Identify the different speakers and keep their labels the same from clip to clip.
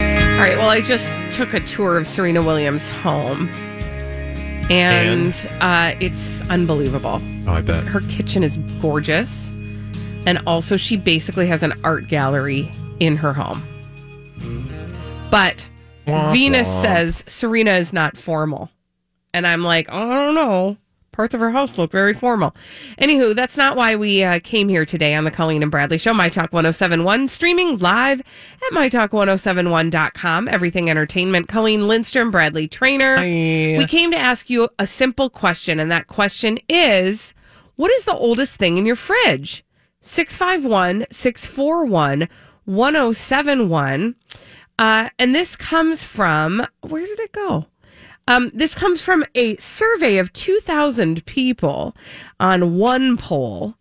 Speaker 1: All right. Well, I just took a tour of Serena Williams' home, and, Uh, it's unbelievable.
Speaker 2: Oh, I bet.
Speaker 1: Her kitchen is gorgeous, and also she basically has an art gallery in her home. But
Speaker 2: Wah,
Speaker 1: Venus
Speaker 2: wah.
Speaker 1: says Serena is not formal, and I'm like, oh, I don't know. Parts of her house look very formal. Anywho, that's not why we uh, came here today on the Colleen and Bradley Show, My Talk 1071, streaming live at MyTalk1071.com. Everything Entertainment. Colleen Lindstrom, Bradley Trainer. We came to ask you a simple question, and that question is what is the oldest thing in your fridge? 651 641 1071. Uh, and this comes from where did it go? Um, this comes from a survey of 2,000 people on one poll.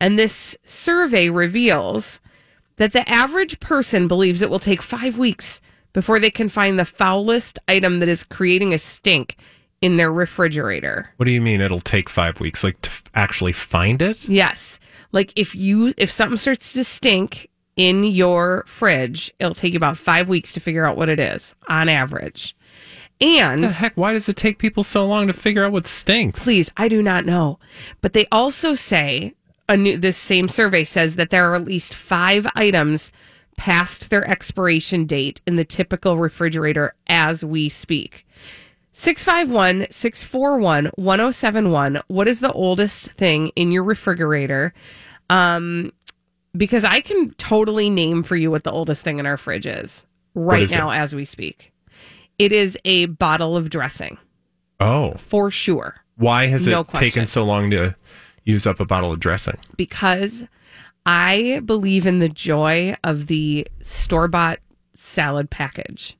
Speaker 1: And this survey reveals that the average person believes it will take five weeks before they can find the foulest item that is creating a stink in their refrigerator.
Speaker 2: What do you mean it'll take five weeks? Like to f- actually find it?
Speaker 1: Yes. Like if you if something starts to stink in your fridge, it'll take you about 5 weeks to figure out what it is on average. And
Speaker 2: The heck, why does it take people so long to figure out what stinks?
Speaker 1: please, I do not know. But they also say a new this same survey says that there are at least 5 items past their expiration date in the typical refrigerator as we speak. 651 641 1071. What is the oldest thing in your refrigerator? Um, because I can totally name for you what the oldest thing in our fridge is right
Speaker 2: is
Speaker 1: now as we speak. It is a bottle of dressing
Speaker 2: Oh,
Speaker 1: for sure
Speaker 2: why has
Speaker 1: No
Speaker 2: it taken
Speaker 1: question.
Speaker 2: so long to use up a bottle of dressing?
Speaker 1: because I believe in the joy of the store bought salad package.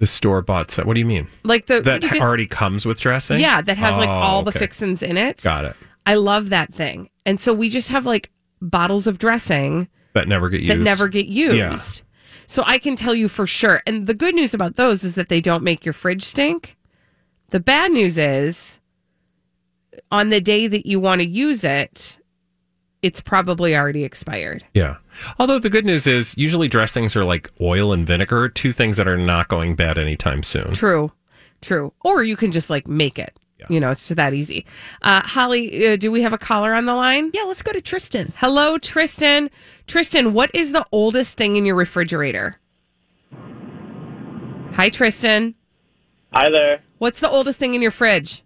Speaker 2: The store bought set. What do you mean?
Speaker 1: Like the
Speaker 2: That
Speaker 1: you can-
Speaker 2: already comes with dressing?
Speaker 1: yeah, that has like
Speaker 2: Oh,
Speaker 1: all the
Speaker 2: okay.
Speaker 1: fixins in it.
Speaker 2: Got it.
Speaker 1: I love that thing. And so we just have like bottles of dressing
Speaker 2: That never get used.
Speaker 1: that never get used.
Speaker 2: Yeah.
Speaker 1: So I can tell you for sure. And the good news about those is that they don't make your fridge stink. The bad news is on the day that you want to use it, it's probably already expired.
Speaker 2: Yeah. Although the good news is usually dressings are like oil and vinegar, two things that are not going bad anytime soon.
Speaker 1: True. True. Or you can just like make it. You know, it's that easy. Uh, Holly, uh, do we have a caller on the line?
Speaker 3: Yeah, let's go to Tristan.
Speaker 1: Hello, Tristan. Tristan, what is the oldest thing in your refrigerator? Hi, Tristan.
Speaker 4: Hi there.
Speaker 1: What's the oldest thing in your fridge?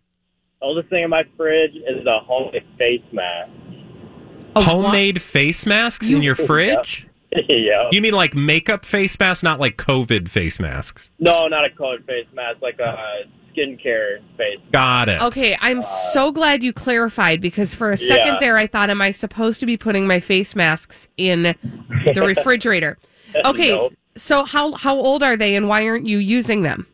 Speaker 4: Oldest thing in my fridge is a homemade face mask.
Speaker 2: Homemade face masks in your fridge?
Speaker 4: yeah.
Speaker 2: You mean like makeup face masks, not like COVID face masks?
Speaker 4: No, not a colored face mask, like a skincare face.
Speaker 2: Got it.
Speaker 1: Okay, I'm so glad you clarified because for a second
Speaker 4: Yeah.
Speaker 1: there, I thought, am I supposed to be putting my face masks in the refrigerator? Okay,
Speaker 4: No.
Speaker 1: so how how old are they, and why aren't you using them?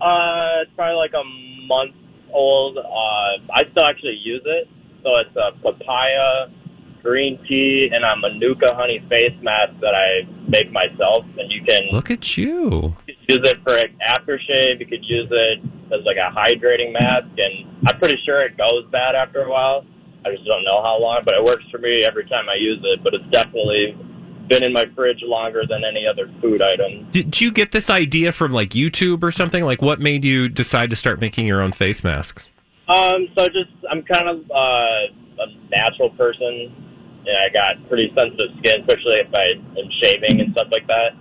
Speaker 4: Uh, it's probably like a month old. Uh, I still actually use it. So it's a papaya, green tea, and a manuka honey face mask that I make myself. And you can
Speaker 2: Look at you.
Speaker 4: use it for aftershave. You could use it as like a hydrating mask. And I'm pretty sure it goes bad after a while. I just don't know how long, but it works for me every time I use it. But it's definitely been in my fridge longer than any other food item.
Speaker 2: Did you get this idea from like YouTube or something? Like, what made you decide to start making your own face masks?
Speaker 4: Um, so just I'm kind of uh, a natural person, and I got pretty sensitive skin, especially if I am shaving and stuff like that.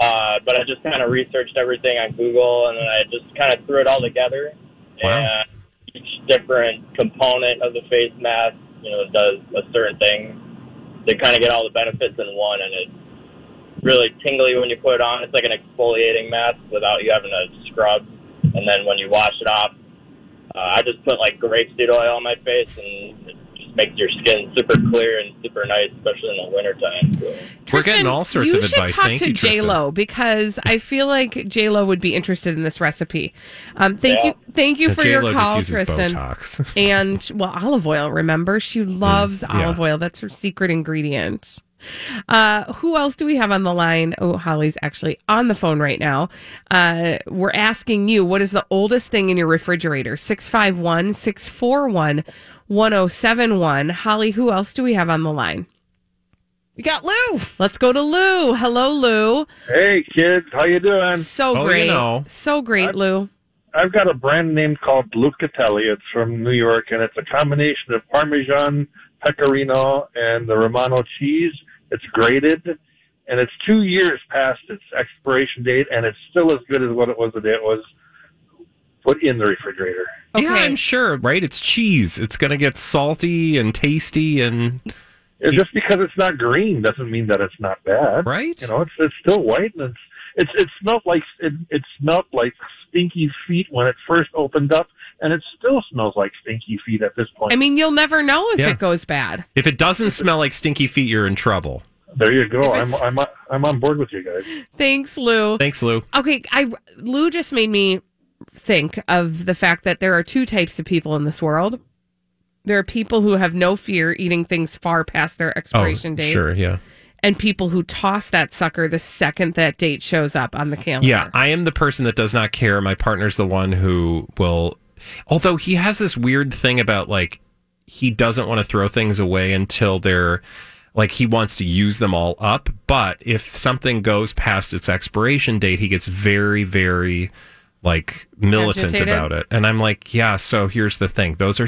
Speaker 4: Uh, but I just kind of researched everything on Google, and then I just kind of threw it all together.
Speaker 2: Wow.
Speaker 4: And uh, each different component of the face mask, you know, does a certain thing. They kind of get all the benefits in one, and it's really tingly when you put it on. It's like an exfoliating mask without you having to scrub. And then when you wash it off, uh, I just put like grapeseed oil on my face, and it just makes your skin super clear and super nice, especially in the wintertime. So.
Speaker 2: We're
Speaker 1: Tristan,
Speaker 2: getting all sorts
Speaker 1: you
Speaker 2: of
Speaker 1: should
Speaker 2: advice.
Speaker 1: Talk
Speaker 2: Thank
Speaker 1: to
Speaker 2: you,
Speaker 1: J
Speaker 2: Tristan.
Speaker 1: Lo because I feel like J Lo would be interested in this recipe. Um, thank
Speaker 4: Yeah.
Speaker 1: you, thank you
Speaker 2: Yeah,
Speaker 1: for
Speaker 2: J-Lo
Speaker 1: your call,
Speaker 2: just uses
Speaker 1: Tristan.
Speaker 2: Botox.
Speaker 1: And well, olive oil. Remember, she loves
Speaker 2: Mm, yeah.
Speaker 1: olive oil. That's her secret ingredient. Uh, who else do we have on the line? Oh, Holly's actually on the phone right now. Uh, we're asking you, what is the oldest thing in your refrigerator? 651 641 1071. Holly, who else do we have on the line?
Speaker 3: We got Lou.
Speaker 1: Let's go to Lou. Hello, Lou.
Speaker 5: Hey kids, how you doing?
Speaker 1: So
Speaker 2: Oh, you
Speaker 1: great.
Speaker 2: know.
Speaker 1: So great, Lou.
Speaker 5: I've got a brand name called Lucatelli. It's from New York, and it's a combination of Parmesan, Pecorino, and the Romano cheese. It's grated, and it's two years past its expiration date, and it's still as good as what it was the day it was put in the refrigerator.
Speaker 1: Okay.
Speaker 2: Yeah, I'm sure, right? It's cheese. It's going to get salty and tasty and
Speaker 5: And just because it's not green doesn't mean that it's not bad,
Speaker 2: Right.
Speaker 5: You know, it's it's still white, and it's it's it smelled like it, it smelled like stinky feet when it first opened up, and it still smells like stinky feet at this point.
Speaker 1: I mean, you'll never know if
Speaker 2: Yeah.
Speaker 1: it goes bad.
Speaker 2: if it doesn't smell like stinky feet, you're in trouble.
Speaker 5: There you go.
Speaker 1: If
Speaker 5: I'm
Speaker 1: it's-
Speaker 5: I'm I'm on board with you guys.
Speaker 1: Thanks, Lou.
Speaker 2: Thanks, Lou.
Speaker 1: Okay, I Lou just made me think of the fact that there are two types of people in this world. There are people who have no fear eating things far past their expiration date,
Speaker 2: Oh, sure, yeah.
Speaker 1: and people who toss that sucker the second that date shows up on the calendar.
Speaker 2: Yeah, I am the person that does not care. My partner's the one who will. Although he has this weird thing about like he doesn't want to throw things away until they're like he wants to use them all up. But if something goes past its expiration date, he gets very, very like militant
Speaker 1: Agitated?
Speaker 2: about it. And I'm like, yeah, so here's the thing those are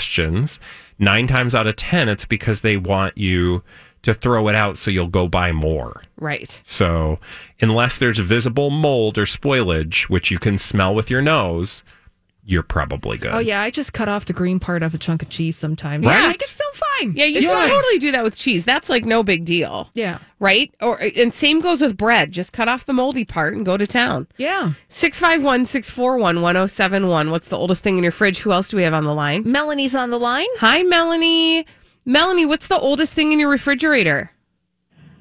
Speaker 2: suggestions. Nine times out of 10, it's because they want you to throw it out so you'll go buy more.
Speaker 1: right.
Speaker 2: So, unless there's visible mold or spoilage, which you can smell with your nose, you're probably good.
Speaker 3: Oh yeah, I just cut off the green part of a chunk of cheese sometimes.
Speaker 2: Right?
Speaker 3: Yeah, like, it's still fine.
Speaker 1: Yeah, you
Speaker 3: It's
Speaker 1: can
Speaker 3: fine.
Speaker 1: totally do that with cheese. That's like no big deal.
Speaker 3: Yeah.
Speaker 1: Right? Or and same goes with bread. Just cut off the moldy part and go to town.
Speaker 3: Yeah.
Speaker 1: 651 641 1071. What's the oldest thing in your fridge? Who else do we have on the line?
Speaker 3: Melanie's on the line.
Speaker 1: Hi, Melanie. Melanie, what's the oldest thing in your refrigerator?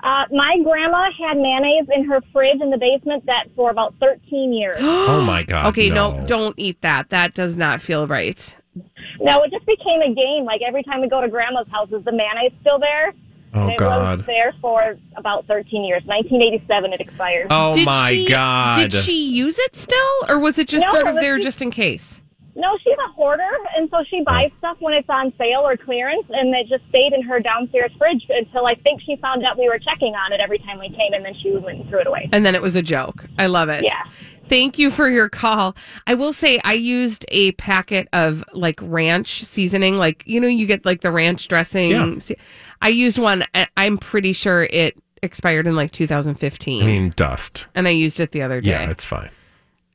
Speaker 6: Uh, my grandma had mayonnaise in her fridge in the basement that for about 13 years.
Speaker 2: Oh my God.
Speaker 1: Okay, no.
Speaker 2: no,
Speaker 1: don't eat that. That does not feel right.
Speaker 6: no, it just became a game. Like every time we go to grandma's house, is the mayonnaise still there?
Speaker 2: Oh,
Speaker 6: And it
Speaker 2: God.
Speaker 6: was there for about 13 years. 1987 it expired.
Speaker 7: Uh,
Speaker 2: Oh my
Speaker 1: she,
Speaker 2: God.
Speaker 1: Did she use it still? Or was it just
Speaker 6: No,
Speaker 1: sort of
Speaker 6: it was
Speaker 1: there
Speaker 6: just-
Speaker 1: just in case?
Speaker 6: No, she's a hoarder, and so
Speaker 7: uh.
Speaker 6: she buys stuff when it's on sale or clearance, and it just stayed in her downstairs fridge until I think she found out we were checking on it every time we came, and then she went and threw it away.
Speaker 1: And then it was a joke. I love it.
Speaker 6: Yeah.
Speaker 1: Thank you for your call. I will say I used a packet of like ranch seasoning, like you know you get like the ranch dressing.
Speaker 2: Yeah.
Speaker 1: Se- I used one. I- I'm pretty sure it expired in like 2015,
Speaker 2: I mean, dust.
Speaker 1: and I used it the other day.
Speaker 2: Yeah, it's fine.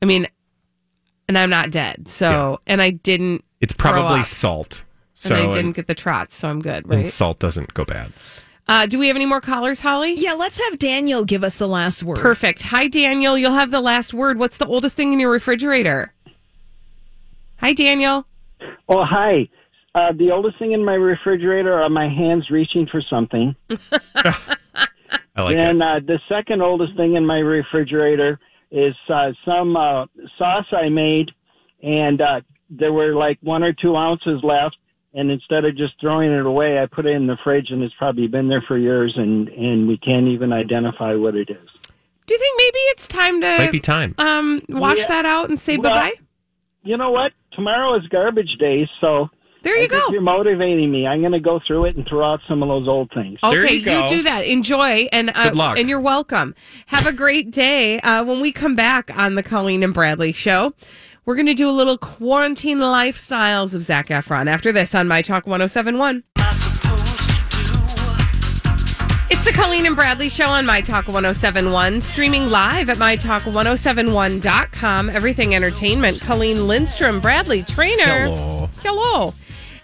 Speaker 1: I mean, and I'm not dead, so and I didn't.
Speaker 2: It's
Speaker 1: throw
Speaker 2: probably
Speaker 1: up,
Speaker 2: salt.
Speaker 1: and
Speaker 2: So, uh,
Speaker 1: I
Speaker 2: and,
Speaker 1: didn't get the trots, so I'm good,
Speaker 2: and
Speaker 1: right?
Speaker 2: salt doesn't go bad.
Speaker 1: Uh, do we have any more callers, Holly?
Speaker 3: Yeah, let's have Daniel give us the last word.
Speaker 1: Perfect. Hi, Daniel. You'll have the last word. What's the oldest thing in your refrigerator? Hi, Daniel.
Speaker 7: Oh, hi. Uh, the oldest thing in my refrigerator are my hands reaching for something.
Speaker 2: I like
Speaker 7: and
Speaker 2: it.
Speaker 7: uh, the second oldest thing in my refrigerator is uh, some uh, sauce I made, and uh, there were like one or two ounces left. And instead of just throwing it away, I put it in the fridge, and it's probably been there for years, and, and we can't even identify what it is.
Speaker 1: Do you think maybe it's time to
Speaker 2: Might be time.
Speaker 1: um wash
Speaker 7: Yeah.
Speaker 1: that out and say
Speaker 7: Well,
Speaker 1: bye bye?
Speaker 7: You know what? Tomorrow is garbage day, so
Speaker 1: There
Speaker 7: I
Speaker 1: you
Speaker 7: think
Speaker 1: go.
Speaker 7: you're motivating me. I'm going to go through it and throw out some of those old things.
Speaker 2: There
Speaker 1: Okay,
Speaker 2: you go.
Speaker 1: do that. Enjoy and uh,
Speaker 2: Good luck.
Speaker 1: and you're welcome. Have a great day. Uh, when we come back on the Colleen and Bradley show, we're going to do a little quarantine lifestyles of Zach oh Efron after this on My Talk 1071.
Speaker 8: I supposed to do?
Speaker 1: It's the Colleen and Bradley show on My Talk 1071, streaming live at MyTalk1071.com. Everything Entertainment. Colleen Lindstrom, Bradley Trainer.
Speaker 2: Hello.
Speaker 1: Hello.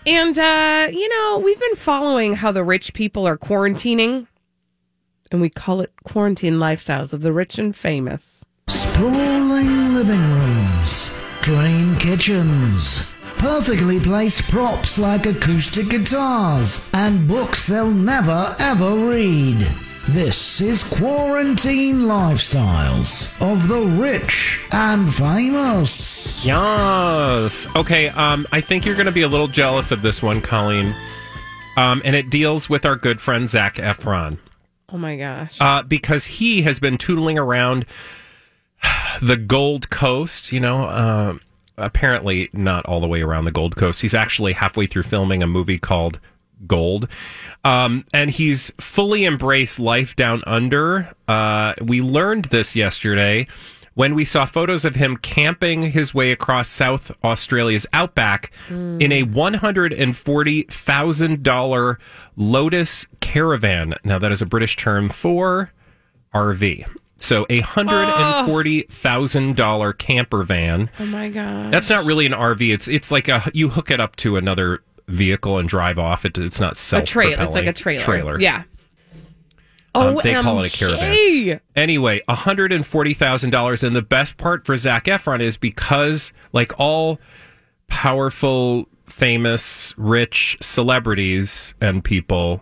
Speaker 1: And, uh, you know, we've been following how the rich people are quarantining, and we call it quarantine lifestyles of the rich and famous.
Speaker 8: Sprawling living rooms, dream kitchens, perfectly placed props like acoustic guitars, and books they'll never ever read. This is Quarantine Lifestyles of the Rich and Famous.
Speaker 2: Yes. Okay. Um, I think you're going to be a little jealous of this one, Colleen. Um, and it deals with our good friend Zach Efron
Speaker 1: Oh my gosh.
Speaker 2: uh, because he has been tootling around the Gold Coast. You know, uh, apparently not all the way around the Gold Coast. He's actually halfway through filming a movie called Gold, um, and he's fully embraced life down under. Uh, we learned this yesterday. When we saw photos of him camping his way across South Australia's outback in a $140,000 Lotus caravan. Now, that is a British term for RV. So a hundred and forty thousand dollar camper van.
Speaker 1: oh my gosh.
Speaker 2: That's not really an RV. It's it's like a you hook it up to another vehicle and drive off. It, it's not
Speaker 1: a
Speaker 2: self.
Speaker 1: trailer. It's like a trailer.
Speaker 2: Oh, Trailer.
Speaker 1: Yeah.
Speaker 2: Um, they call it a
Speaker 1: OMG.
Speaker 2: Anyway, $140,000. And the best part for Zach Efron is because, like all powerful, famous, rich celebrities and people,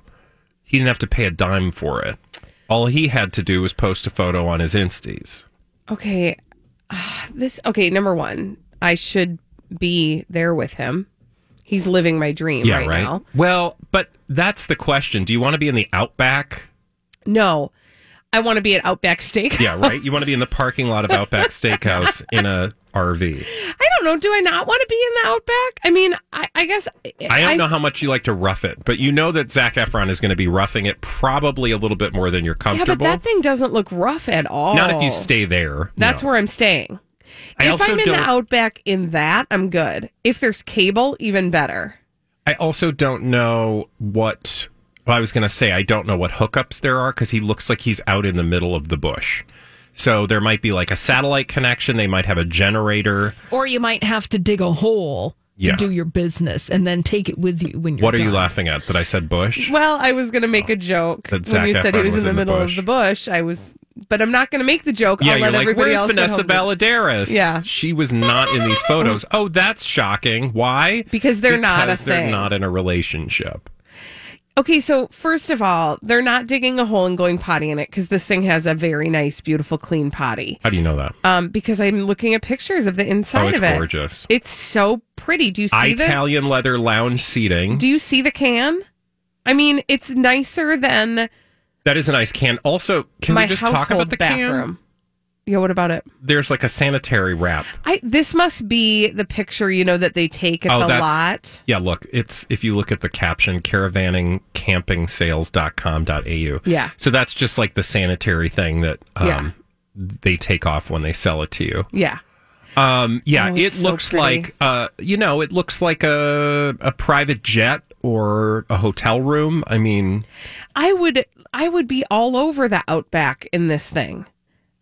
Speaker 2: he didn't have to pay a dime for it. All he had to do was post a photo on his Instas.
Speaker 1: Okay. Ah, This okay, number 1. I should be there with him. He's living my dream right, now.
Speaker 2: Well, but that's the question. Do you want to be in the Outback?
Speaker 1: No. I want to be at Outback Steak.
Speaker 2: Yeah, right? You want to be in the parking lot of Outback Steakhouse in a RV.
Speaker 1: I don't know. Do I not want to be in the Outback? I mean, I, I guess
Speaker 2: I don't know how much you like to rough it, but you know that Zach Efron is going to be roughing it probably a little bit more than you're
Speaker 1: Yeah, but
Speaker 2: comfortable.
Speaker 1: that thing doesn't look rough at all.
Speaker 2: Not if you stay there.
Speaker 1: That's
Speaker 2: no.
Speaker 1: where I'm staying.
Speaker 2: I
Speaker 1: if
Speaker 2: also
Speaker 1: I'm in
Speaker 2: don't-
Speaker 1: the Outback in that, I'm good. If there's cable, even better.
Speaker 2: I also don't know what. Well, I was going to say I don't know what hookups there are because he looks like he's out in the middle of the bush. So there might be like a satellite connection. They might have a generator.
Speaker 3: Or you might have to dig a hole
Speaker 2: Yeah.
Speaker 3: to do your business and then take it with you when you're
Speaker 2: what are you
Speaker 3: done.
Speaker 2: laughing at? That I said bush.
Speaker 1: Well, I was going to make a joke
Speaker 2: That
Speaker 1: when
Speaker 2: Zac
Speaker 1: you said he
Speaker 2: Efron
Speaker 1: was,
Speaker 2: was
Speaker 1: in the
Speaker 2: in the
Speaker 1: middle
Speaker 2: bush.
Speaker 1: of the bush. I was, but I'm not going to make the joke.
Speaker 2: yeah,
Speaker 1: I'll
Speaker 2: you're
Speaker 1: let
Speaker 2: like,
Speaker 1: everybody
Speaker 2: where's
Speaker 1: else at
Speaker 2: Vanessa
Speaker 1: home do-"
Speaker 2: Valadares?
Speaker 1: Yeah.
Speaker 2: she was not in these photos. Oh, that's shocking. Why?
Speaker 1: Because they're not a
Speaker 2: Because they're
Speaker 1: thing.
Speaker 2: not in a relationship.
Speaker 1: Okay, so first of all, they're not digging a hole and going potty in it because this thing has a very nice, beautiful, clean potty.
Speaker 2: How do you know that?
Speaker 1: Um, because I'm looking at pictures of the inside
Speaker 2: oh, it's
Speaker 1: of it.
Speaker 2: gorgeous.
Speaker 1: It's so pretty. Do you see the
Speaker 2: Italian leather lounge seating.
Speaker 1: Do you see the can? I mean, it's nicer than
Speaker 2: that is a nice can. Also, can
Speaker 1: my
Speaker 2: we just
Speaker 1: household
Speaker 2: talk about the
Speaker 1: bathroom. Yeah, what about it?
Speaker 2: can? There's like a sanitary wrap.
Speaker 1: I this must be the picture you know that they take at
Speaker 2: Oh,
Speaker 1: the
Speaker 2: that's-
Speaker 1: lot.
Speaker 2: Yeah, look, it's if you look at the caption caravaningcampingsales.com.au.
Speaker 1: Yeah.
Speaker 2: So that's just like the sanitary thing that um,
Speaker 1: Yeah.
Speaker 2: they take off when they sell it to you.
Speaker 1: Yeah,
Speaker 2: Um, yeah,
Speaker 1: Oh,
Speaker 2: it
Speaker 1: it's so
Speaker 2: looks
Speaker 1: pretty.
Speaker 2: like uh, you know, it looks like a a private jet or a hotel room. I mean,
Speaker 1: I would I would be all over the outback in this thing.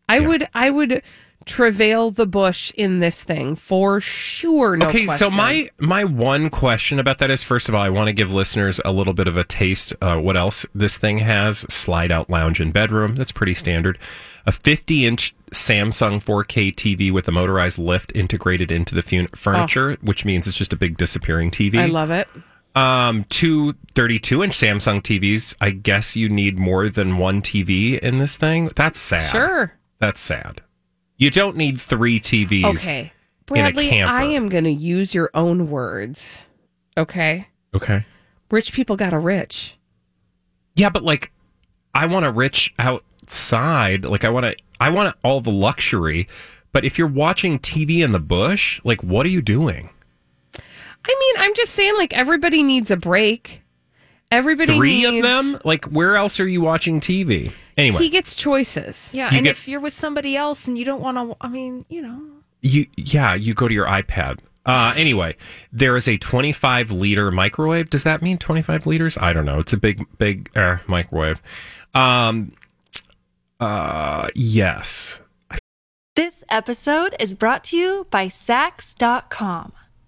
Speaker 1: I would I would travail the bush in this thing for sure. No
Speaker 2: okay so
Speaker 1: question.
Speaker 2: my my one question about that is first of all i want to give listeners a little bit of a taste uh, what else this thing has slide out lounge and bedroom that's pretty standard a 50 inch samsung 4k tv with a motorized lift integrated into the fun- furniture which means it's just a big disappearing tv
Speaker 1: Oh. I love it.
Speaker 2: um, two 32 inch samsung tvs i guess you need more than one tv in this thing that's sad
Speaker 1: Sure.
Speaker 2: that's sad you don't need three tvs
Speaker 1: Okay. Bradley,
Speaker 2: camper.
Speaker 1: I am going to use your own words. Okay.
Speaker 2: okay
Speaker 1: Rich people got to rich.
Speaker 2: Yeah, but like, I want a rich outside. Like, I want to, I want all the luxury. But if you're watching TV in the bush, like, what are you doing?
Speaker 1: I mean, I'm just saying, like everybody needs a break. Everybody
Speaker 2: Three of
Speaker 1: needs-
Speaker 2: them? Like, where else are you watching TV? Anyway,
Speaker 1: He gets choices.
Speaker 3: Yeah,
Speaker 2: You
Speaker 3: and
Speaker 2: get-
Speaker 3: if you're with somebody else and you don't want to, I mean, you know,
Speaker 2: you, yeah, you go to your iPad Uh, anyway, there is a 25 liter microwave. Does that mean 25 liters? I don't know. It's a big, big uh, microwave. Um, uh, yes.
Speaker 9: This episode is brought to you by Sax.com.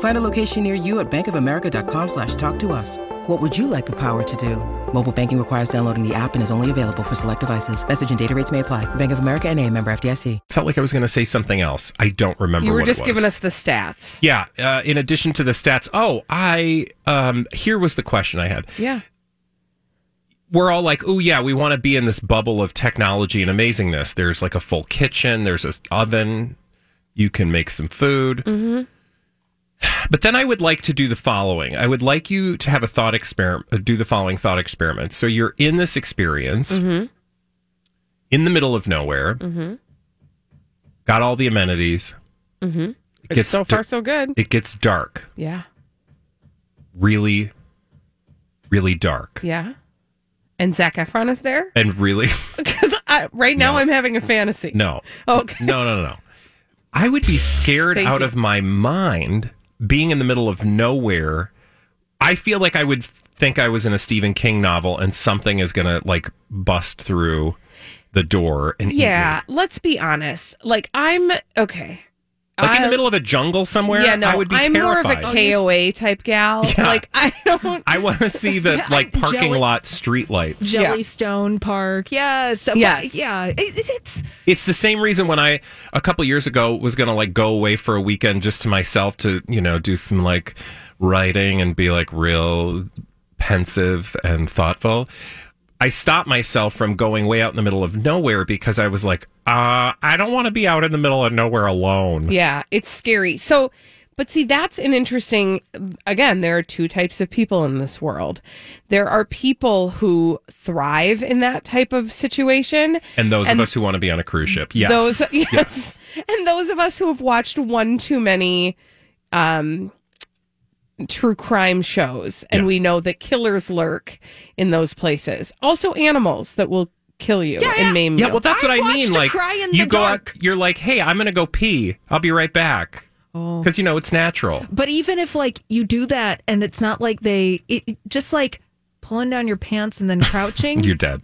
Speaker 10: Find a location near you at bankofamerica.com slash talk to us. What would you like the power to do? Mobile banking requires downloading the app and is only available for select devices. Message and data rates may apply. Bank of America and a member FDIC.
Speaker 2: Felt like I was going to say something else. I don't remember.
Speaker 1: You were
Speaker 2: what
Speaker 1: just
Speaker 2: it was.
Speaker 1: giving us the stats.
Speaker 2: Yeah. Uh, in addition to the stats, oh, I um, here was the question I had.
Speaker 1: Yeah.
Speaker 2: We're all like, oh yeah, we want to be in this bubble of technology and amazingness. There's like a full kitchen. There's an oven. You can make some food.
Speaker 1: Mm-hmm.
Speaker 2: But then I would like to do the following. I would like you to have a thought experiment. uh, Do the following thought experiment. So you're in this experience
Speaker 1: Mm-hmm.
Speaker 2: in the middle of nowhere.
Speaker 1: Mm-hmm.
Speaker 2: Got all the amenities.
Speaker 1: Mm-hmm. It's
Speaker 2: gets
Speaker 1: so far
Speaker 2: dar-
Speaker 1: so good.
Speaker 2: It gets dark.
Speaker 1: yeah.
Speaker 2: Really, really dark.
Speaker 1: Yeah. And Zach Efron is there?
Speaker 2: And really.
Speaker 1: Because right now I'm having a fantasy.
Speaker 2: No.
Speaker 1: Okay.
Speaker 2: No, no, no, no. I would be scared
Speaker 1: Thank
Speaker 2: out
Speaker 1: you.
Speaker 2: of my mind being in the middle of nowhere. I feel like I would f- think I was in a Stephen King novel and something is going to like bust through the door and eat me.
Speaker 1: Yeah. Let's be honest. Like, I'm okay.
Speaker 2: Like in the
Speaker 1: I-
Speaker 2: middle of a jungle somewhere,
Speaker 1: yeah, no,
Speaker 2: I would be
Speaker 1: I'm
Speaker 2: terrified.
Speaker 3: Oh,
Speaker 1: more of a KOA type gal.
Speaker 2: Yeah.
Speaker 1: Like, I don't.
Speaker 2: I want to see the like parking
Speaker 3: Jelly-
Speaker 2: lot streetlights.
Speaker 3: Jellystone Park. Yes. uh,
Speaker 1: Yes.
Speaker 3: Yeah. It, it's- it's
Speaker 2: It's the same reason when I a couple years ago was gonna like go away for a weekend just to myself to you know do some like writing and be like real pensive and thoughtful. I stopped myself from going way out in the middle of nowhere because I was like, uh, I don't want to be out in the middle of nowhere alone.
Speaker 1: Yeah, it's scary. So, but see, that's an interesting. Again, there are two types of people in this world. There are people who thrive in that type of situation.
Speaker 2: And those
Speaker 1: And
Speaker 2: of us who want to be on a cruise ship, yes,
Speaker 1: Those, yes. And those of us who have watched one too many um, true crime shows, and
Speaker 2: Yeah.
Speaker 1: we know that killers lurk in those places. Also, animals that will kill you and maim
Speaker 2: yeah.
Speaker 1: you.
Speaker 2: Well, that's what I,
Speaker 3: I watched
Speaker 2: mean.
Speaker 3: a
Speaker 2: Like
Speaker 3: cry in
Speaker 2: you
Speaker 3: the
Speaker 2: go
Speaker 3: dark.
Speaker 2: out, you're like, hey, I'm gonna go pee. I'll be right back
Speaker 3: oh.
Speaker 2: because you know it's natural.
Speaker 3: But even if like you do that and it's not like they it, it- just like pulling down your pants and then crouching,
Speaker 2: You're dead.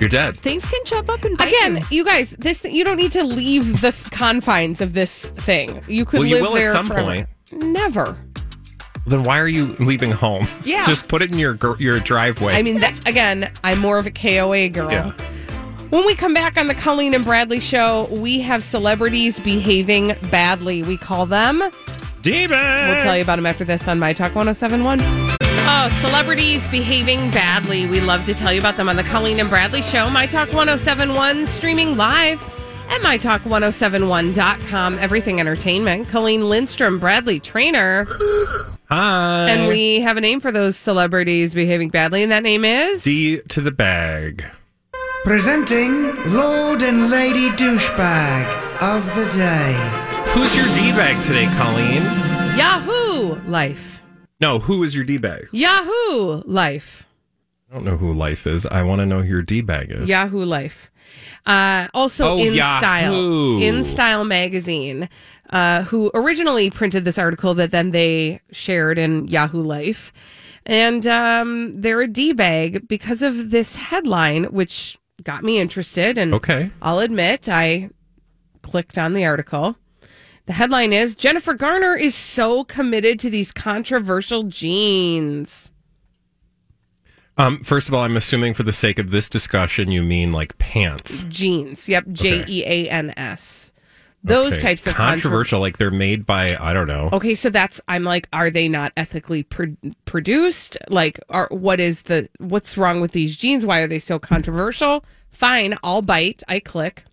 Speaker 2: You're dead.
Speaker 3: things can jump up and bite
Speaker 1: Again,
Speaker 3: you.
Speaker 1: you guys, this thing, you don't need to leave the f- confines of this thing. You could
Speaker 2: Well, you
Speaker 1: live
Speaker 2: will at
Speaker 1: there
Speaker 2: some
Speaker 1: forever.
Speaker 2: point.
Speaker 1: Never.
Speaker 2: Then why are you leaving home?
Speaker 1: Yeah.
Speaker 2: Just put it in your gr- your driveway.
Speaker 1: I mean, that, again, I'm more of a KOA girl.
Speaker 2: Yeah.
Speaker 1: When we come back on the Colleen and Bradley show, we have celebrities behaving badly. We call them.
Speaker 2: demon.
Speaker 1: We'll tell you about them after this on My Talk 1071. Oh, celebrities behaving badly. We love to tell you about them on the Colleen and Bradley Show, My Talk 1071, streaming live at MyTalk1071.com. Everything Entertainment. Colleen Lindstrom, Bradley Trainer.
Speaker 2: Hi.
Speaker 1: And we have a name for those celebrities behaving badly, and that name is.
Speaker 2: D to the bag.
Speaker 8: Presenting Lord and Lady Douchebag of the Day.
Speaker 2: Who's your D bag today, Colleen?
Speaker 1: Yahoo Life.
Speaker 2: No, who is your D bag?
Speaker 1: Yahoo Life.
Speaker 2: I don't know who life is. I want to know who your D bag is.
Speaker 1: Yahoo Life. Uh, also
Speaker 2: Oh,
Speaker 1: in
Speaker 2: Yahoo.
Speaker 1: style, in style magazine, uh, who originally printed this article that then they shared in Yahoo Life, and um, they're a d bag because of this headline, which got me interested. And
Speaker 2: Okay.
Speaker 1: I'll admit, I clicked on the article. The headline is Jennifer Garner is so committed to these controversial jeans.
Speaker 2: Um. First of all, I'm assuming for the sake of this discussion, you mean like pants.
Speaker 1: Jeans. Yep. J E A N S. Those types of Oh. controversial.
Speaker 2: controversial, like they're made by I don't know.
Speaker 1: Okay, so that's I'm like, are they not ethically pro- produced? Like, are what is the what's wrong with these jeans? Why are they so controversial? Fine, I'll bite. I click.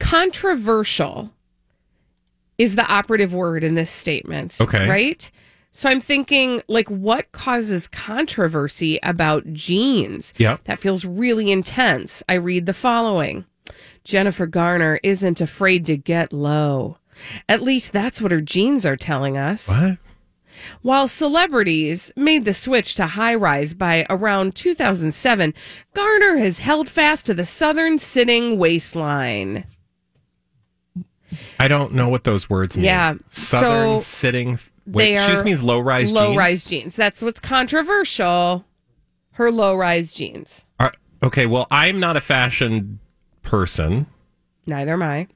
Speaker 1: Controversial is the operative word in this statement.
Speaker 11: Okay.
Speaker 1: right. So I'm thinking, like, what causes controversy about jeans?
Speaker 2: Yep.
Speaker 1: That feels really intense. I read the following. Jennifer Garner isn't afraid to get low. At least that's what her jeans are telling us.
Speaker 2: What?
Speaker 1: While celebrities made the switch to high rise by around 2007, Garner has held fast to the southern sitting waistline.
Speaker 2: I don't know what those words mean.
Speaker 1: Yeah, so
Speaker 2: Southern sitting. Wait,
Speaker 1: they
Speaker 2: she just
Speaker 1: are
Speaker 2: means low rise.
Speaker 1: Low rise jeans. That's what's controversial. Her low rise jeans.
Speaker 2: Okay, well, I'm not a fashion person,
Speaker 1: Neither am I.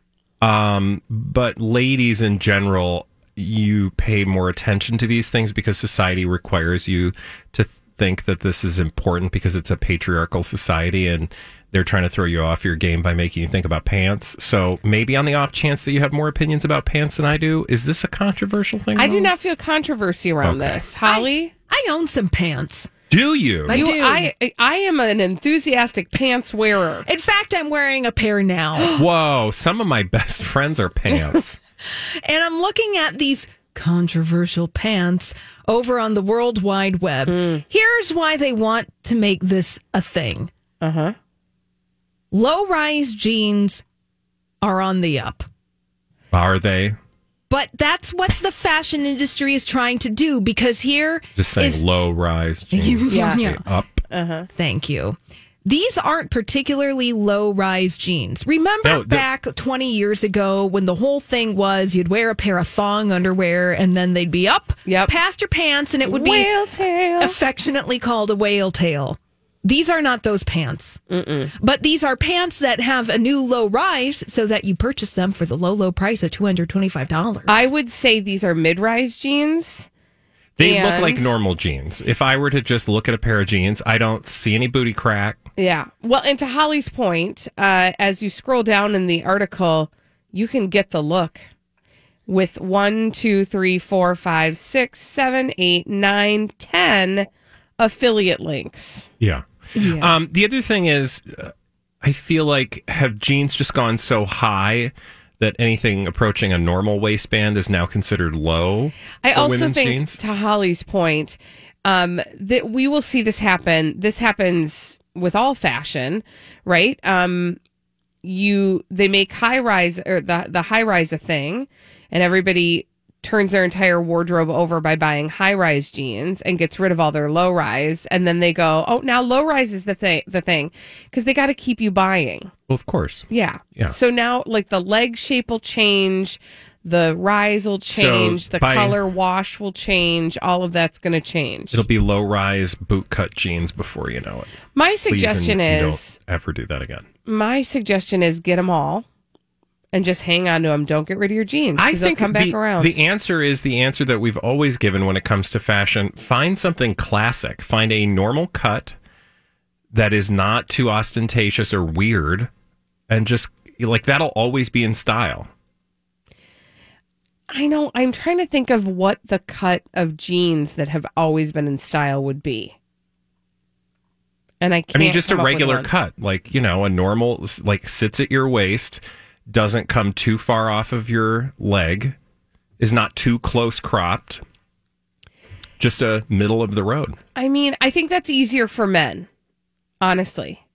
Speaker 2: um, but ladies in general, you pay more attention to these things because society requires you to think that this is important because it's a patriarchal society and they're trying to throw you off your game by making you think about pants. So maybe on the off chance that you have more opinions about pants than I do, is this a controversial thing?
Speaker 1: I do
Speaker 2: though?
Speaker 1: not feel controversy around
Speaker 2: Oh. Okay.
Speaker 1: this. Holly? I, own some pants.
Speaker 2: Do you?
Speaker 1: I, do. I, I am an enthusiastic pants wearer.
Speaker 3: In fact, I'm wearing a pair now.
Speaker 2: Whoa, some of my best friends are pants.
Speaker 3: and I'm looking at these controversial pants over on the World Wide Web.
Speaker 1: Hmm.
Speaker 3: Here's why they want to make this a thing.
Speaker 1: Uh huh.
Speaker 3: Low rise jeans are on the up.
Speaker 2: Are they?
Speaker 3: But that's what the fashion industry is trying to do because here
Speaker 2: Just saying
Speaker 3: is-
Speaker 2: low rise. jeans.
Speaker 3: Yeah. Yeah.
Speaker 2: Up.
Speaker 3: Uh-huh. Thank you. These aren't particularly low rise jeans. Remember
Speaker 2: No, the-
Speaker 3: back 20 years ago when the whole thing was you'd wear a pair of thong underwear and then they'd be up past your pants and it would be
Speaker 1: Whale tail.
Speaker 3: affectionately called a whale tail. These are not those pants. But these are pants that have a new low rise so that you purchase them for the low, low price of $225.
Speaker 1: I would say these are mid rise jeans.
Speaker 2: They look like
Speaker 1: And-
Speaker 2: normal jeans. If I were to just look at a pair of jeans, I don't see any booty crack.
Speaker 1: Yeah. Well, and to Holly's point, uh, as you scroll down in the article, you can get the look with one, two, three, four, five, six, seven, eight, nine, ten affiliate links.
Speaker 2: Yeah. Um, the other thing is, uh, I feel like have jeans just gone so high that anything approaching a normal waistband is now considered low?
Speaker 1: I
Speaker 2: for
Speaker 1: also
Speaker 2: women's
Speaker 1: think,
Speaker 2: jeans?
Speaker 1: to Holly's point, um, that we will see this happen. This happens with all fashion, right? Um, you they make high rise or the the high rise a thing, and everybody turns their entire wardrobe over by buying high rise jeans and gets rid of all their low rise, and then they go, oh, now low rise is the thing the thing because they got to keep you buying.
Speaker 2: Well, of course.
Speaker 1: Yeah.
Speaker 2: Yeah.
Speaker 1: So now, like the leg shape will change, the rise will
Speaker 2: So,
Speaker 1: change, the
Speaker 2: by-
Speaker 1: color wash will change. All of that's going to change.
Speaker 2: It'll be low rise bootcut jeans before you know it.
Speaker 1: My
Speaker 2: Please and
Speaker 1: suggestion
Speaker 2: you don't
Speaker 1: is-
Speaker 2: ever do that again.
Speaker 1: My suggestion is get them all, and just hang on to them. Don't get rid of your jeans. 'cause they'll come back
Speaker 2: the,
Speaker 1: around.
Speaker 2: The answer is the answer that we've always given when it comes to fashion. Find something classic. Find a normal cut that is not too ostentatious or weird, and just like that'll always be in style.
Speaker 1: I know. I'm trying to think of what the cut of jeans that have always been in style would be. And I can't.
Speaker 2: I mean, just a
Speaker 1: come up with
Speaker 2: regular
Speaker 1: one.
Speaker 2: cut, like you know, a normal like sits at your waist, doesn't come too far off of your leg, is not too close cropped. Just a middle of the road.
Speaker 1: I mean, I think that's easier for men, honestly,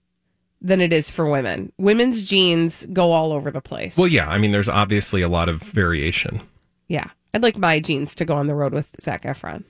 Speaker 1: than it is for women. Women's jeans go all over the place.
Speaker 2: Well, yeah, I mean, there's obviously a lot of variation.
Speaker 1: Yeah. I'd like my jeans to go on the road with Zach Efron.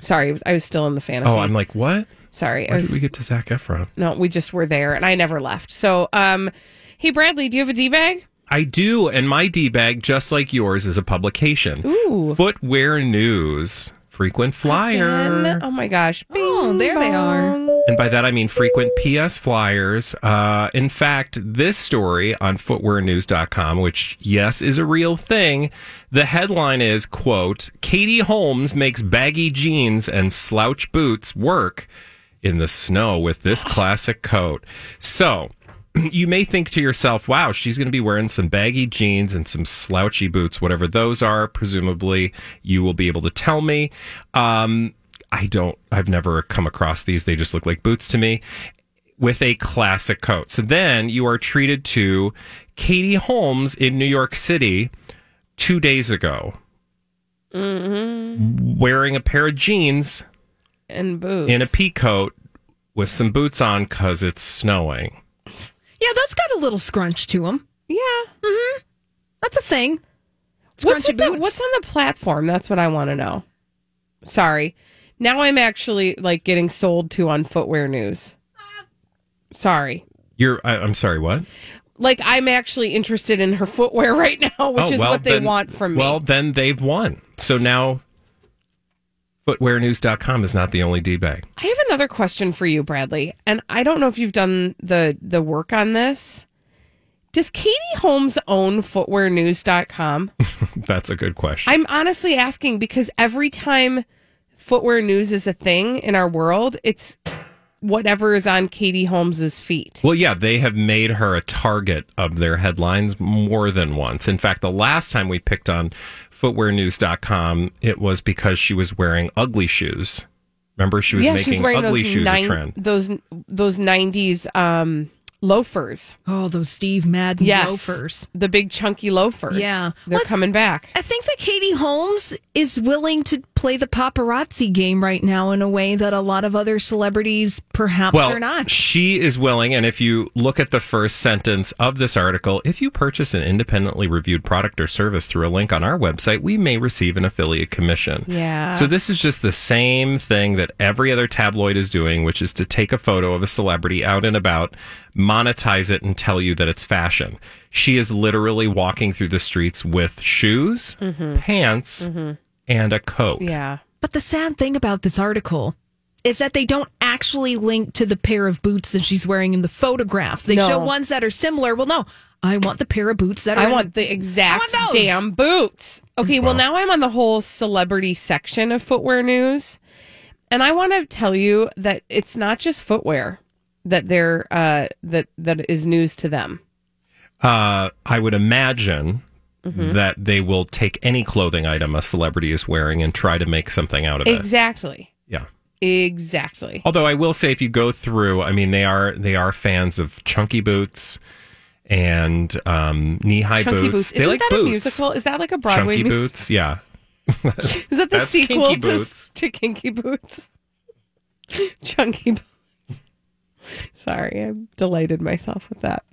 Speaker 1: Sorry, I was, I was still in the fantasy.
Speaker 2: Oh, I'm like, what?
Speaker 1: Sorry. I
Speaker 2: Where
Speaker 1: was,
Speaker 2: did we get to Zach Efron?
Speaker 1: no, we just were there and I never left. So, um, hey, Bradley, do you have a D bag?
Speaker 2: I do, and my D bag, just like yours, is a publication. Ooh. Footwear News, frequent flyer.
Speaker 1: Oh my gosh. oh,
Speaker 3: there they are.
Speaker 2: And by that I mean frequent PS flyers. Uh, in fact, this story on footwearnews.com, which yes is a real thing, the headline is quote, Katie Holmes makes baggy jeans and slouch boots work in the snow with this classic coat. So you may think to yourself, wow, she's going to be wearing some baggy jeans and some slouchy boots, whatever those are. Presumably, you will be able to tell me. Um, I don't, I've never come across these. They just look like boots to me with a classic coat. So then you are treated to Katie Holmes in New York City two days ago, wearing a pair of jeans
Speaker 1: And boots.
Speaker 2: in a pea coat with some boots on because it's snowing.
Speaker 3: Yeah, that's got a little scrunch to them.
Speaker 1: yeah.
Speaker 3: That's a thing.
Speaker 1: What's,
Speaker 3: Scrunchy
Speaker 1: with the,
Speaker 3: boots.
Speaker 1: what's on the platform? That's what I want to know. Sorry. Now I'm actually like getting sold to on footwear news. Sorry.
Speaker 2: You're, I, I'm sorry, what?
Speaker 1: Like I'm actually interested in her footwear right now, which
Speaker 2: Oh,
Speaker 1: is
Speaker 2: well,
Speaker 1: what they
Speaker 2: then-
Speaker 1: want from me.
Speaker 2: Well, then they've won. So now footwearnews.com is not the only D bag.
Speaker 1: I have another question for you, Bradley, and I don't know if you've done the the work on this. Does Katie Holmes own footwearnews.com?
Speaker 2: That's a good question.
Speaker 1: I'm honestly asking because every time footwear news is a thing in our world, it's whatever is on Katie Holmes's feet.
Speaker 2: well, yeah, they have made her a target of their headlines more than once. In fact, the last time we picked on footwearnews.com, it was because she was wearing ugly shoes. Remember, she was
Speaker 1: she's
Speaker 2: making ugly shoes
Speaker 1: nine-
Speaker 2: a trend.
Speaker 1: those those 90s um, loafers.
Speaker 3: Oh, those Steve Madden
Speaker 1: Yes.
Speaker 3: loafers.
Speaker 1: The big chunky loafers.
Speaker 3: Yeah.
Speaker 1: They're
Speaker 3: What-
Speaker 1: coming back.
Speaker 3: I think that Katie Holmes is willing to play the paparazzi game right now in a way that a lot of other celebrities perhaps
Speaker 2: Well,
Speaker 3: are not.
Speaker 2: she is willing, and if you look at the first sentence of this article, if you purchase an independently reviewed product or service through a link on our website, we may receive an affiliate commission.
Speaker 1: Yeah.
Speaker 2: So this is just the same thing that every other tabloid is doing, which is to take a photo of a celebrity out and about, monetize it, and tell you that it's fashion. She is literally walking through the streets with shoes, pants, and a coat.
Speaker 1: yeah.
Speaker 3: But the sad thing about this article is that they don't actually link to the pair of boots that she's wearing in the photographs. They
Speaker 1: No.
Speaker 3: show ones that are similar. Well, no, I want the pair of boots that are.
Speaker 1: I
Speaker 3: in-
Speaker 1: want the exact
Speaker 3: I want those.
Speaker 1: damn boots. Okay, well, now I'm on the whole celebrity section of footwear news. And I want to tell you that it's not just footwear that they're uh that that is news to them.
Speaker 2: Uh, I would imagine
Speaker 1: Mm-hmm.
Speaker 2: that they will take any clothing item a celebrity is wearing and try to make something out of it.
Speaker 1: Exactly.
Speaker 2: Yeah.
Speaker 1: Exactly.
Speaker 2: Although I will say, if you go through, I mean, they are they are fans of chunky boots and um, knee high
Speaker 1: Chunky
Speaker 2: boots.
Speaker 1: boots.
Speaker 2: They
Speaker 1: Isn't
Speaker 2: like
Speaker 1: that
Speaker 2: boots.
Speaker 1: a musical? Is that like a Broadway
Speaker 2: Chunky
Speaker 1: mu-
Speaker 2: boots. Yeah.
Speaker 1: Is that the
Speaker 2: That's
Speaker 1: sequel
Speaker 2: Kinky
Speaker 1: to,
Speaker 2: Boots.
Speaker 1: to Kinky Boots? Chunky Boots. Sorry, I delighted myself with that.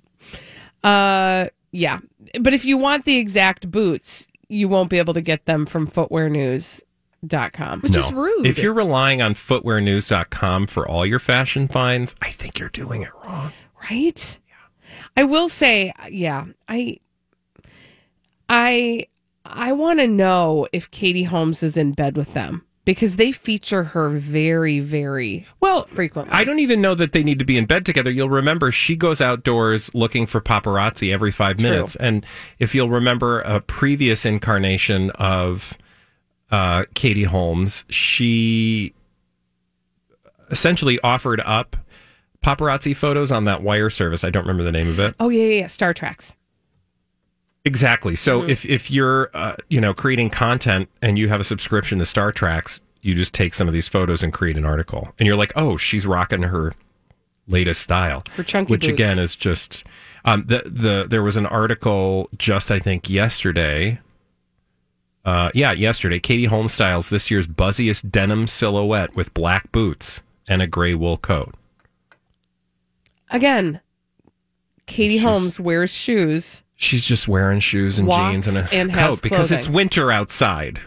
Speaker 1: Uh, yeah, but if you want the exact boots, you won't be able to get them from footwearnews.com.
Speaker 3: Which is rude.
Speaker 2: If you're relying on footwearnews.com for all your fashion finds, I think you're doing it wrong.
Speaker 1: Right? I will say, yeah, I I I want to know if Katie Holmes is in bed with them because they feature her very very well frequently.
Speaker 2: I don't even know that they need to be in bed together. You'll remember she goes outdoors looking for paparazzi every five
Speaker 1: True.
Speaker 2: minutes. And if you'll remember a previous incarnation of uh, Katie Holmes, she essentially offered up paparazzi photos on that wire service. I don't remember the name of it.
Speaker 1: Oh yeah, yeah, yeah. Star Treks.
Speaker 2: Exactly. So
Speaker 1: Mm-hmm.
Speaker 2: if if you're uh, you know creating content and you have a subscription to Star Treks, you just take some of these photos and create an article, and you're like, oh, she's rocking her latest style,
Speaker 1: Her chunky
Speaker 2: which
Speaker 1: boots.
Speaker 2: again is just um, the the there was an article just I think yesterday. Uh, yeah, yesterday, Katie Holmes styles this year's buzziest denim silhouette with black boots and a gray wool coat.
Speaker 1: Again, Katie
Speaker 2: She's-
Speaker 1: Holmes wears shoes.
Speaker 2: She's just wearing shoes and
Speaker 1: Walks
Speaker 2: jeans and a
Speaker 1: and has
Speaker 2: coat because it's
Speaker 1: clothing.
Speaker 2: winter outside.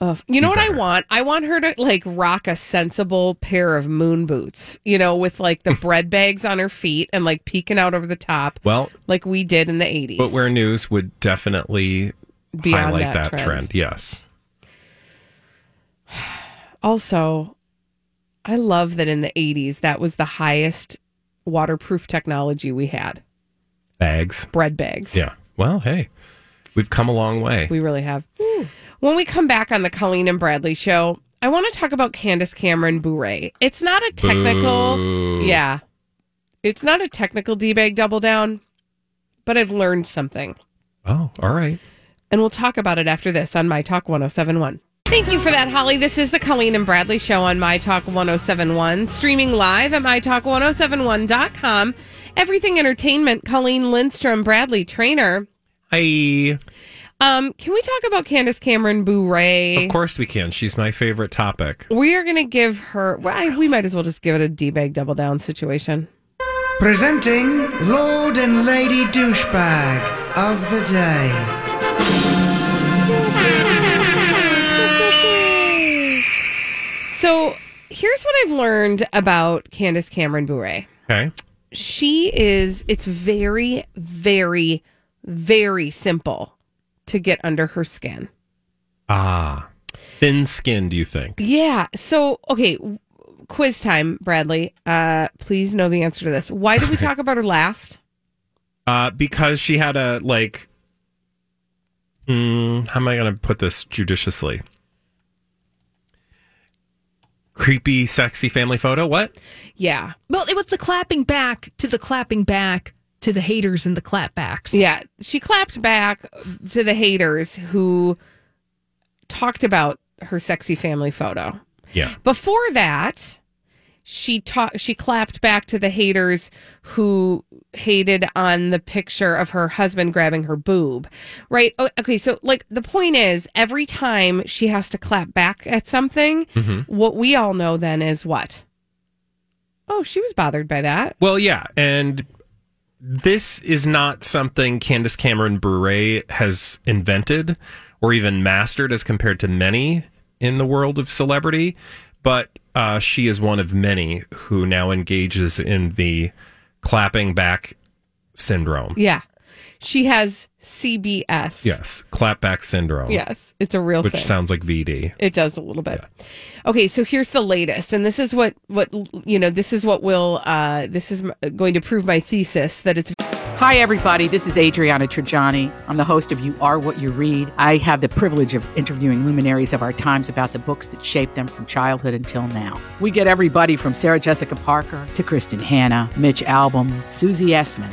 Speaker 1: Of, you know
Speaker 2: You
Speaker 1: what I
Speaker 2: better.
Speaker 1: want? I want her to like rock a sensible pair of moon boots, you know, with like the bread bags on her feet and like peeking out over the top,
Speaker 2: Well,
Speaker 1: like we did in the 80s.
Speaker 2: Footwear news would definitely
Speaker 1: Be on
Speaker 2: highlight that, trend. Yes.
Speaker 1: Also, I love that in the 80s, that was the highest waterproof technology we had
Speaker 2: Bags.
Speaker 1: bread bags.
Speaker 2: Yeah. Well, hey, we've come a long way.
Speaker 1: We really have. When we come back on the Colleen and Bradley show, I want to talk about Candace Cameron Bure. It's not a technical.
Speaker 2: Boo.
Speaker 1: Yeah. It's not a technical D bag double down, but I've learned something.
Speaker 2: Oh, all right.
Speaker 1: And we'll talk about it after this on My Talk 1071. Thank you for that, Holly. This is the Colleen and Bradley Show on My Talk 1071, streaming live at MyTalk1071.com. Everything Entertainment, Colleen Lindstrom, Bradley Trainer.
Speaker 2: Hi.
Speaker 1: Um, can we talk about Candace Cameron Bure?
Speaker 2: Of course we can. She's my favorite topic.
Speaker 1: We are going to give her, well, I, we might as well just give it a D bag double down situation.
Speaker 8: Presenting Lord and Lady Douchebag of the Day.
Speaker 1: So here's what I've learned about Candace Cameron Bure.
Speaker 2: Okay.
Speaker 1: She is, it's very, very, very simple to get under her skin.
Speaker 2: Ah. Thin skinned, you think?
Speaker 1: Yeah. So, okay, w- quiz time, Bradley. Uh, please know the answer to this. Why did we talk about her last?
Speaker 2: Uh, because she had a, like, mm, how am I going to put this judiciously? Creepy, sexy family photo? What?
Speaker 1: Yeah.
Speaker 3: Well, it was the clapping back to the clapping back to the haters and the clapbacks.
Speaker 1: Yeah. She clapped back to the haters who talked about her sexy family photo.
Speaker 2: Yeah.
Speaker 1: Before that, she talked she clapped back to the haters who hated on the picture of her husband grabbing her boob. Right? O- Okay, so like the point is every time she has to clap back at something, what we all know then is what? Oh, she was bothered by that.
Speaker 2: Well, yeah, and this is not something Candace Cameron Bure has invented or even mastered as compared to many in the world of celebrity, but uh, she is one of many who now engages in the clapping back syndrome.
Speaker 1: Yeah. She has CBS.
Speaker 2: Yes, clapback syndrome.
Speaker 1: Yes, it's a real
Speaker 2: Which
Speaker 1: thing.
Speaker 2: sounds like VD.
Speaker 1: It does a little bit. Okay, so here's the latest, and this is what what you know. This is what will uh, this is m- going to prove my thesis that it's
Speaker 11: Hi, everybody. This is Adriana Trajani. I'm the host of You Are What You Read. I have the privilege of interviewing luminaries of our times about the books that shaped them from childhood until now. We get everybody from Sarah Jessica Parker to Kristen Hanna, Mitch Albom, Susie Essman,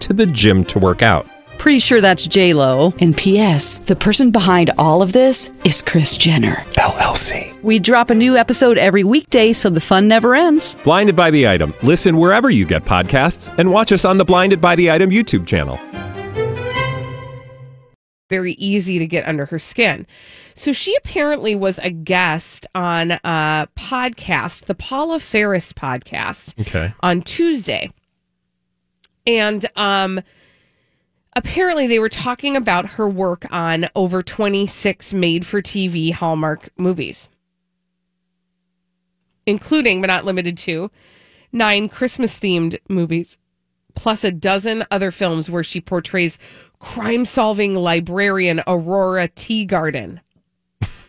Speaker 12: to the gym to work out.
Speaker 13: Pretty sure that's J Lo. And P.S. The person behind all of this is Chris Jenner LLC. We drop a new episode every weekday, so the fun never ends.
Speaker 12: Blinded by the Item. Listen wherever you get podcasts and watch us on the Blinded by the Item YouTube channel.
Speaker 1: very easy to get under her skin. So she apparently was a guest on a podcast, the Paula Ferris podcast.
Speaker 2: Okay.
Speaker 1: on Tuesday. And um apparently they were talking about her work on over 26 made for TV Hallmark movies. Including but not limited to nine Christmas themed movies plus a dozen other films where she portrays crime-solving librarian Aurora Teagarden.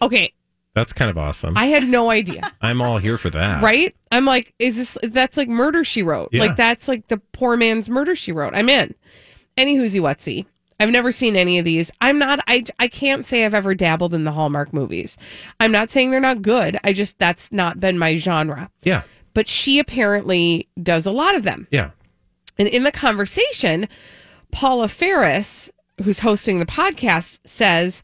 Speaker 1: Okay,
Speaker 2: That's kind of awesome.
Speaker 1: I had no idea.
Speaker 2: I'm all here for that.
Speaker 1: Right? I'm like, is this that's like murder she wrote?
Speaker 2: Yeah.
Speaker 1: Like that's like the poor man's murder she wrote. I'm in. Any whoosie whatsy. I've never seen any of these. I'm not I I can't say I've ever dabbled in the Hallmark movies. I'm not saying they're not good. I just that's not been my genre.
Speaker 2: Yeah.
Speaker 1: But she apparently does a lot of them.
Speaker 2: Yeah.
Speaker 1: And in the conversation, Paula Ferris, who's hosting the podcast, says,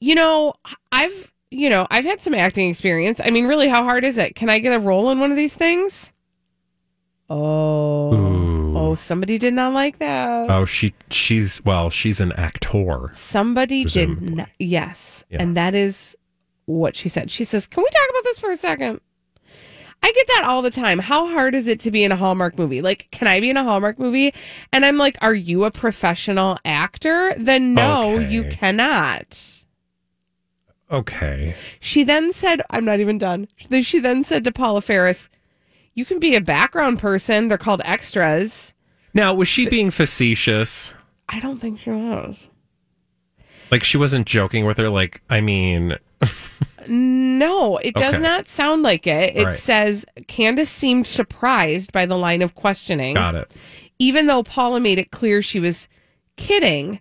Speaker 1: "You know, I've, you know, I've had some acting experience. I mean, really, how hard is it? Can I get a role in one of these things?" Oh. Oh, somebody did not like that.
Speaker 2: Oh, she she's well, she's an actor.
Speaker 1: Somebody
Speaker 2: Presumably.
Speaker 1: did not. Yes.
Speaker 2: Yeah.
Speaker 1: And that is what she said. She says, Can we talk about this for a second? I get that all the time. How hard is it to be in a Hallmark movie? Like, can I be in a Hallmark movie? And I'm like, Are you a professional actor? Then no, you
Speaker 2: Okay.
Speaker 1: cannot.
Speaker 2: Okay.
Speaker 1: She then said, I'm not even done. She then said to Paula Ferris, You can be a background person. They're called extras.
Speaker 2: Now, was she being facetious?
Speaker 1: I don't think she was.
Speaker 2: Like she wasn't joking with her. Like I mean,
Speaker 1: No, it does
Speaker 2: Okay.
Speaker 1: not sound like it. It
Speaker 2: All right.
Speaker 1: says Candace seemed surprised by the line of questioning.
Speaker 2: got it.
Speaker 1: Even though Paula made it clear she was kidding,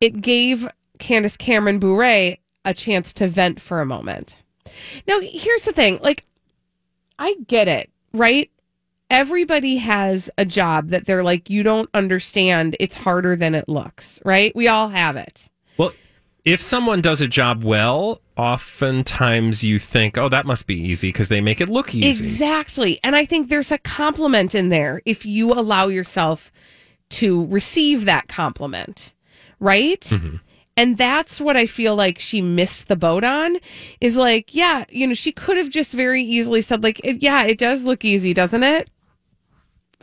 Speaker 1: it gave Candace Cameron Bure a chance to vent for a moment. Now, here's the thing like, I get it, right? Everybody has a job that they're like, you don't understand. It's harder than it looks, right? We all have it.
Speaker 2: Well, if someone does a job well, oftentimes you think, "Oh, that must be easy" because they make it look easy.
Speaker 1: Exactly. And I think there's a compliment in there if you allow yourself to receive that compliment, right?
Speaker 2: Mm-hmm.
Speaker 1: And that's what I feel like she missed the boat on is like, yeah, you know, she could have just very easily said, like, it, yeah, it does look easy, doesn't it?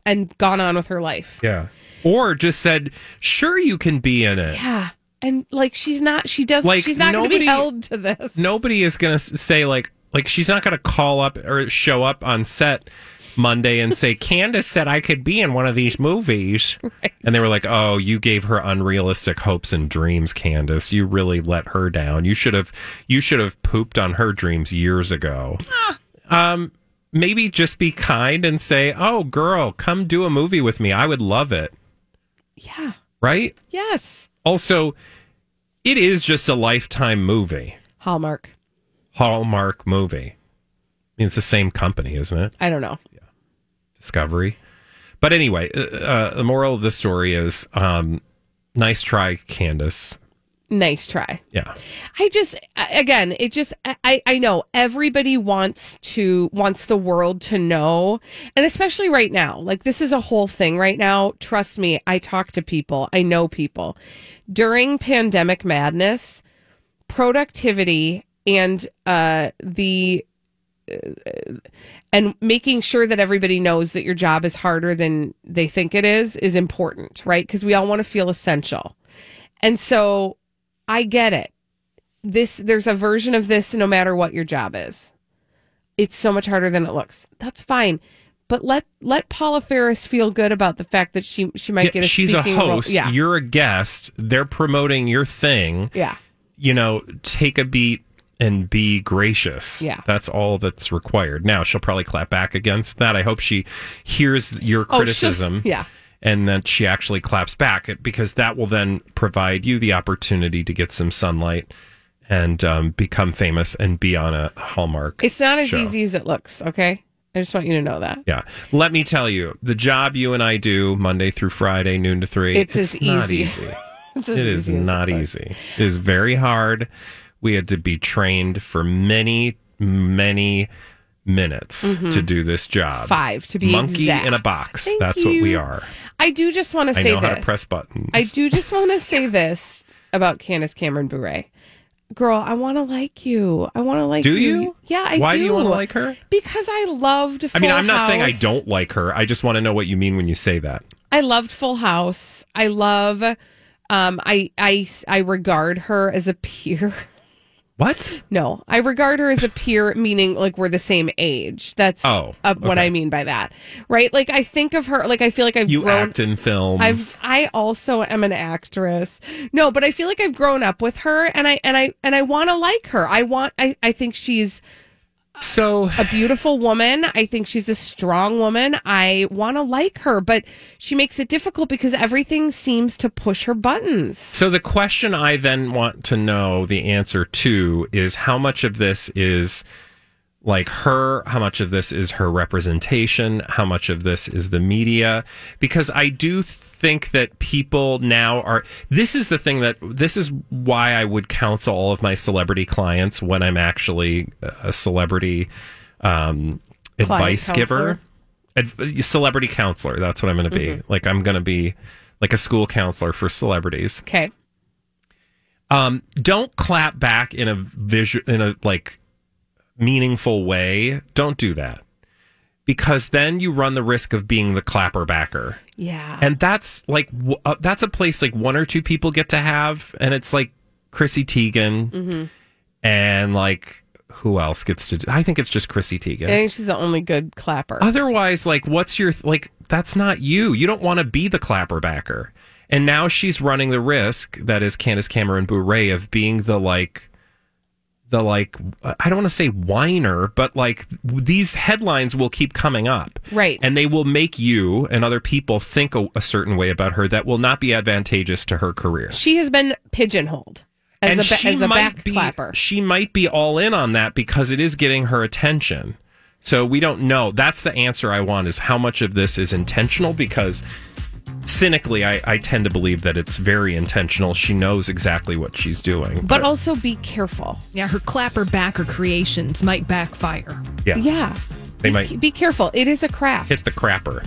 Speaker 1: And gone on with her life.
Speaker 2: Yeah. Or just said, "Sure, you can be in it."
Speaker 1: Yeah. And like, she's not, she doesn't,
Speaker 2: Like,
Speaker 1: she's not going to be
Speaker 2: nobody-
Speaker 1: held to this.
Speaker 2: Nobody is going to say like like she's not going to call up or show up on set Monday and say, "Candace said I could be in one of these movies," and they were like, "Oh, you gave her unrealistic hopes and dreams, Candace. You really let her down. You should have you should have pooped on her dreams years ago." um, maybe just be kind and say, "Oh, girl, come do a movie with me. I would love it."
Speaker 1: Yeah.
Speaker 2: Right.
Speaker 1: Yes.
Speaker 2: Also, it is just a lifetime movie.
Speaker 1: Hallmark.
Speaker 2: Hallmark movie. I mean, it's the same company, isn't it?
Speaker 1: I don't know.
Speaker 2: Discovery. But anyway, uh, uh, the moral of the story is um, nice try, Candace.
Speaker 1: Nice try.
Speaker 2: Yeah.
Speaker 1: I just I- again, it just I I know everybody wants to wants the world to know, and especially right now. Like this is a whole thing right now. Trust me, I talk to people. I know people. During pandemic madness, productivity and uh the uh, and making sure that everybody knows that your job is harder than they think it is is important, right? Because we all want to feel essential. And so I get it. This there's a version of this no matter what your job is. It's so much harder than it looks. That's fine. But let let Paula Ferris feel good about the fact that she she might
Speaker 2: Yeah,
Speaker 1: get a
Speaker 2: she's a
Speaker 1: speaking role.
Speaker 2: host.
Speaker 1: Yeah.
Speaker 2: You're a guest. They're promoting your thing.
Speaker 1: Yeah.
Speaker 2: You know, take a beat and be gracious.
Speaker 1: Yeah.
Speaker 2: That's all that's required. Now, she'll probably clap back against that. I hope she hears your
Speaker 1: Oh, she'll-
Speaker 2: criticism.
Speaker 1: yeah.
Speaker 2: And that she actually claps back because that will then provide you the opportunity to get some sunlight and um, become famous and be on a Hallmark.
Speaker 1: It's not as
Speaker 2: show.
Speaker 1: easy as it looks, okay? I just want you to know that.
Speaker 2: Yeah. Let me tell you, the job you and I do Monday through Friday, noon to three,
Speaker 1: It's as
Speaker 2: not
Speaker 1: easy.
Speaker 2: easy.
Speaker 1: It's as
Speaker 2: it is
Speaker 1: easy as
Speaker 2: not easy. It is very hard. We had to be trained for many, many minutes
Speaker 1: Mhm.
Speaker 2: to do this job.
Speaker 1: Five, to be
Speaker 2: monkey in a
Speaker 1: exact.
Speaker 2: box.
Speaker 1: Thank
Speaker 2: That's what we
Speaker 1: you.
Speaker 2: are.
Speaker 1: I do just want to
Speaker 2: I
Speaker 1: say
Speaker 2: know
Speaker 1: this.
Speaker 2: how to press buttons.
Speaker 1: I do just want to say this about Candace Cameron Bure. Girl, I want to like you. I want to like
Speaker 2: Do
Speaker 1: you.
Speaker 2: you?
Speaker 1: Yeah, I
Speaker 2: Why
Speaker 1: do.
Speaker 2: do you wanna like her?
Speaker 1: Because I loved Full
Speaker 2: I mean, I'm not saying I
Speaker 1: House.
Speaker 2: don't like her. I just want to know what you mean when you say that.
Speaker 1: I loved Full House. I love um I I I regard her as a peer.
Speaker 2: What?
Speaker 1: No, I regard her as a peer, meaning like we're the same age. That's
Speaker 2: Oh,
Speaker 1: uh, what
Speaker 2: okay.
Speaker 1: I mean by that, right? Like I think of her, like I feel like I've
Speaker 2: You
Speaker 1: grown
Speaker 2: act in films.
Speaker 1: I've I also am an actress. No, but I feel like I've grown up with her and I and I and I want to like her. I want I I think she's
Speaker 2: so
Speaker 1: a beautiful woman. I think she's a strong woman. I want to like her, but she makes it difficult because everything seems to push her buttons.
Speaker 2: So the question I then want to know the answer to is how much of this is like her, how much of this is her representation, how much of this is the media because I do think that people now are this is the thing that this is why I would counsel all of my celebrity clients when I'm actually a celebrity um
Speaker 1: Client
Speaker 2: advice
Speaker 1: counselor?
Speaker 2: giver adv- celebrity counselor that's what I'm going to be
Speaker 1: Mhm.
Speaker 2: like I'm going to be like a school counselor for celebrities
Speaker 1: Okay.
Speaker 2: um, don't clap back in a visual in a like meaningful way. Don't do that because then you run the risk of being the clapper backer,
Speaker 1: Yeah.
Speaker 2: and that's like w- uh, that's a place like one or two people get to have, and it's like Chrissy Teigen
Speaker 1: Mhm.
Speaker 2: and like who else gets to? Do, I think it's just Chrissy Teigen.
Speaker 1: I think she's the only good clapper.
Speaker 2: Otherwise, like, what's your like? That's not you. You don't want to be the clapperbacker. And now she's running the risk that is Candace Cameron Bure of being the like, the like. I don't want to say whiner, but like these headlines will keep coming up,
Speaker 1: Right.
Speaker 2: and they will make you and other people think a, a certain way about her that will not be advantageous to her career.
Speaker 1: She has been pigeonholed as
Speaker 2: And
Speaker 1: a ba-
Speaker 2: she
Speaker 1: as a
Speaker 2: might
Speaker 1: back
Speaker 2: be-
Speaker 1: clapper.
Speaker 2: She might be all in on that because it is getting her attention. So we don't know. That's the answer I want is how much of this is intentional because cynically I, I tend to believe that it's very intentional. She knows exactly what she's doing.
Speaker 1: But also be careful.
Speaker 3: Yeah, her clapper backer creations might backfire.
Speaker 2: Yeah.
Speaker 1: Yeah.
Speaker 2: They might
Speaker 1: Be careful. It is a craft.
Speaker 2: hit the crapper.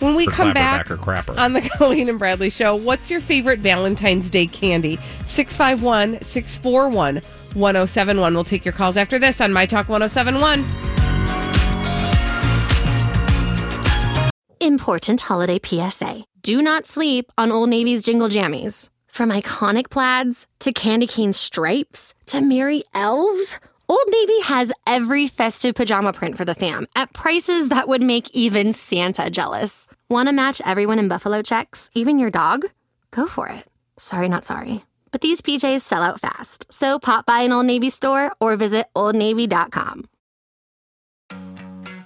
Speaker 1: When we
Speaker 2: Or
Speaker 1: come
Speaker 2: clapper
Speaker 1: back
Speaker 2: backer crapper.
Speaker 1: on the Colleen and Bradley show, what's your favorite Valentine's Day candy? 651 641 1071. We'll take your calls after this on My Talk 1071.
Speaker 14: Important holiday PSA. Do not sleep on Old Navy's jingle jammies. From iconic plaids to candy cane stripes to merry elves, Old Navy has every festive pajama print for the fam at prices that would make even Santa jealous. Want to match everyone in Buffalo checks, even your dog? Go for it. Sorry, not sorry. But these PJs sell out fast, so pop by an Old Navy store or visit oldnavy.com.